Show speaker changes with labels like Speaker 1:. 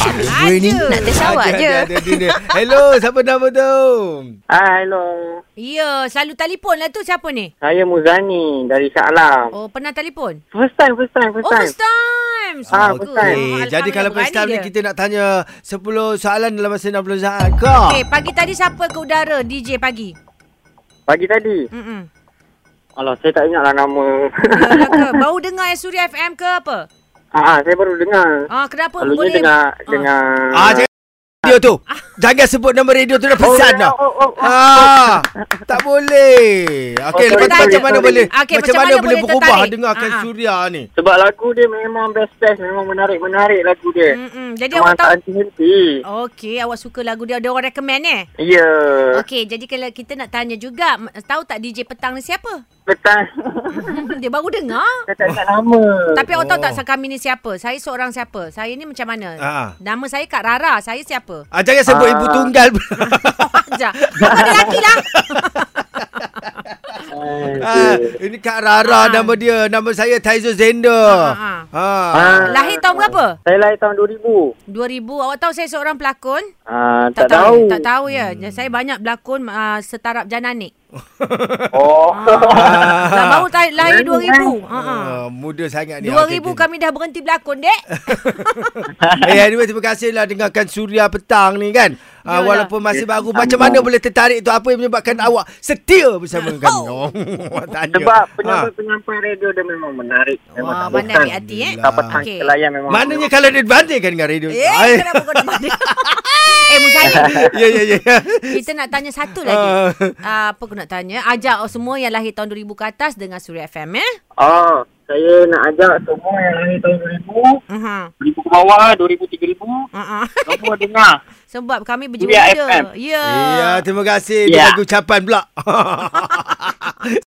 Speaker 1: Ada dua ni.
Speaker 2: Ada.
Speaker 3: Nak tersawa
Speaker 1: Ada,
Speaker 3: je.
Speaker 1: ada, ada, ada. Hello, siapa nama tu?
Speaker 4: Hai, hello.
Speaker 2: Ya, selalu telefon lah tu siapa ni?
Speaker 4: Saya Muzani dari Shah Alam.
Speaker 2: Oh, pernah telefon?
Speaker 4: First time, first time, first
Speaker 2: Oh,
Speaker 4: time.
Speaker 2: first time.
Speaker 4: Ah,
Speaker 2: Syukur.
Speaker 4: first
Speaker 1: Okey,
Speaker 4: time.
Speaker 1: jadi
Speaker 2: Alhamdulillah,
Speaker 1: kalau first
Speaker 2: berani
Speaker 1: time ni
Speaker 2: dia.
Speaker 1: kita nak tanya 10 soalan dalam masa 60 saat ke?
Speaker 2: Okey, Eh, pagi tadi siapa ke udara DJ pagi?
Speaker 4: Pagi tadi.
Speaker 2: Mm-mm.
Speaker 4: Alah, saya tak ingat lah nama.
Speaker 2: Yalah ke? Baru dengar eh, Suria FM ke apa?
Speaker 4: ah, ah, saya baru dengar.
Speaker 2: Ah, kenapa
Speaker 4: Selalunya
Speaker 2: boleh?
Speaker 4: dengar,
Speaker 2: Ah.
Speaker 4: dengar.
Speaker 1: Ah, jangan radio tu. Jangan sebut nama radio tu dah pesan dah.
Speaker 4: oh, oh, oh.
Speaker 1: Ah, tak boleh. Okey, lepas
Speaker 4: Oh, sorry,
Speaker 1: tu macam
Speaker 4: sorry,
Speaker 1: mana
Speaker 4: sorry.
Speaker 1: boleh
Speaker 2: Okey,
Speaker 1: macam mana boleh berubah
Speaker 2: tertarik?
Speaker 1: dengarkan
Speaker 2: Ah, ah.
Speaker 1: Suria ni?
Speaker 4: Sebab lagu dia memang best-best. Memang menarik-menarik lagu dia.
Speaker 2: Mm-mm. Jadi
Speaker 4: Memang
Speaker 2: awak Hmm,
Speaker 4: tak
Speaker 2: tahu
Speaker 4: henti-henti.
Speaker 2: Okey, awak suka lagu dia. Ada orang recommend eh?
Speaker 4: Ya.
Speaker 2: Okey, jadi kalau kita nak tanya juga, m- tahu tak DJ petang ni siapa?
Speaker 4: Petang.
Speaker 2: dia baru dengar.
Speaker 4: saya tak ingat nama.
Speaker 2: Tapi awak tahu tak
Speaker 1: Oh.
Speaker 2: se- kami ni siapa? Saya seorang siapa? Saya ni macam mana?
Speaker 1: Ah.
Speaker 2: Nama saya Kak Rara. Saya siapa?
Speaker 1: Ah, jangan sebut
Speaker 4: Ah.
Speaker 1: ibu tunggal pula.
Speaker 2: Ajar. Apa dia lelaki lah?
Speaker 1: Ah,
Speaker 4: Ah,
Speaker 1: ini Kak Rara
Speaker 2: Ah.
Speaker 1: nama dia. Nama saya Taizo Zender.
Speaker 2: Ah,
Speaker 1: Ha.
Speaker 4: Ah.
Speaker 2: Lahir tahun berapa?
Speaker 4: Saya lahir tahun 2000.
Speaker 2: 2000. Awak tahu saya seorang pelakon?
Speaker 4: Ah, tak,
Speaker 2: ya?
Speaker 4: tahu.
Speaker 2: Tak tahu ya. Saya banyak berlakon uh, setarap Jananik.
Speaker 4: Oh.
Speaker 2: Ah. Dah baru ta- lahir 2000. Ha ah.
Speaker 1: Ah, muda sangat ni.
Speaker 2: 2000
Speaker 1: Okey, okey.
Speaker 2: kami dah berhenti berlakon, Dek.
Speaker 1: Eh anyway terima kasihlah dengarkan Suria petang ni kan. Uh,
Speaker 2: Yalah. Hmm.
Speaker 1: walaupun masih baru macam mana boleh tertarik tu apa yang menyebabkan awak setia bersama kami. Oh. tanya.
Speaker 4: Sebab
Speaker 1: Ha.
Speaker 4: penyampai-penyampai radio dia memang menarik. Memang
Speaker 2: Wah,
Speaker 4: tak
Speaker 2: pandai
Speaker 4: bosan.
Speaker 2: ambil hati eh.
Speaker 4: Tak petang
Speaker 2: Okey.
Speaker 4: okay. kelayan memang.
Speaker 1: Maknanya kalau dibandingkan dengan radio.
Speaker 2: Eh,
Speaker 1: Ai.
Speaker 2: kenapa kau nak balik? Eh, Muzani.
Speaker 1: Ya ya ya.
Speaker 2: Kita nak tanya satu
Speaker 1: Ah.
Speaker 2: lagi. Uh, apa aku nak tanya? Ajak semua yang lahir tahun 2000 ke atas dengan Suria FM eh.
Speaker 4: Oh, saya nak ajak semua yang lahir tahun 2000,
Speaker 2: Uh-huh.
Speaker 4: 2000 ke bawah, 2000, 3000,
Speaker 2: Uh-huh.
Speaker 4: semua dengar.
Speaker 2: Sebab kami
Speaker 4: Suria
Speaker 2: berjuda.
Speaker 4: FM.
Speaker 2: Ya.
Speaker 1: Ya, terima kasih
Speaker 4: Ya.
Speaker 1: dengan ucapan pula.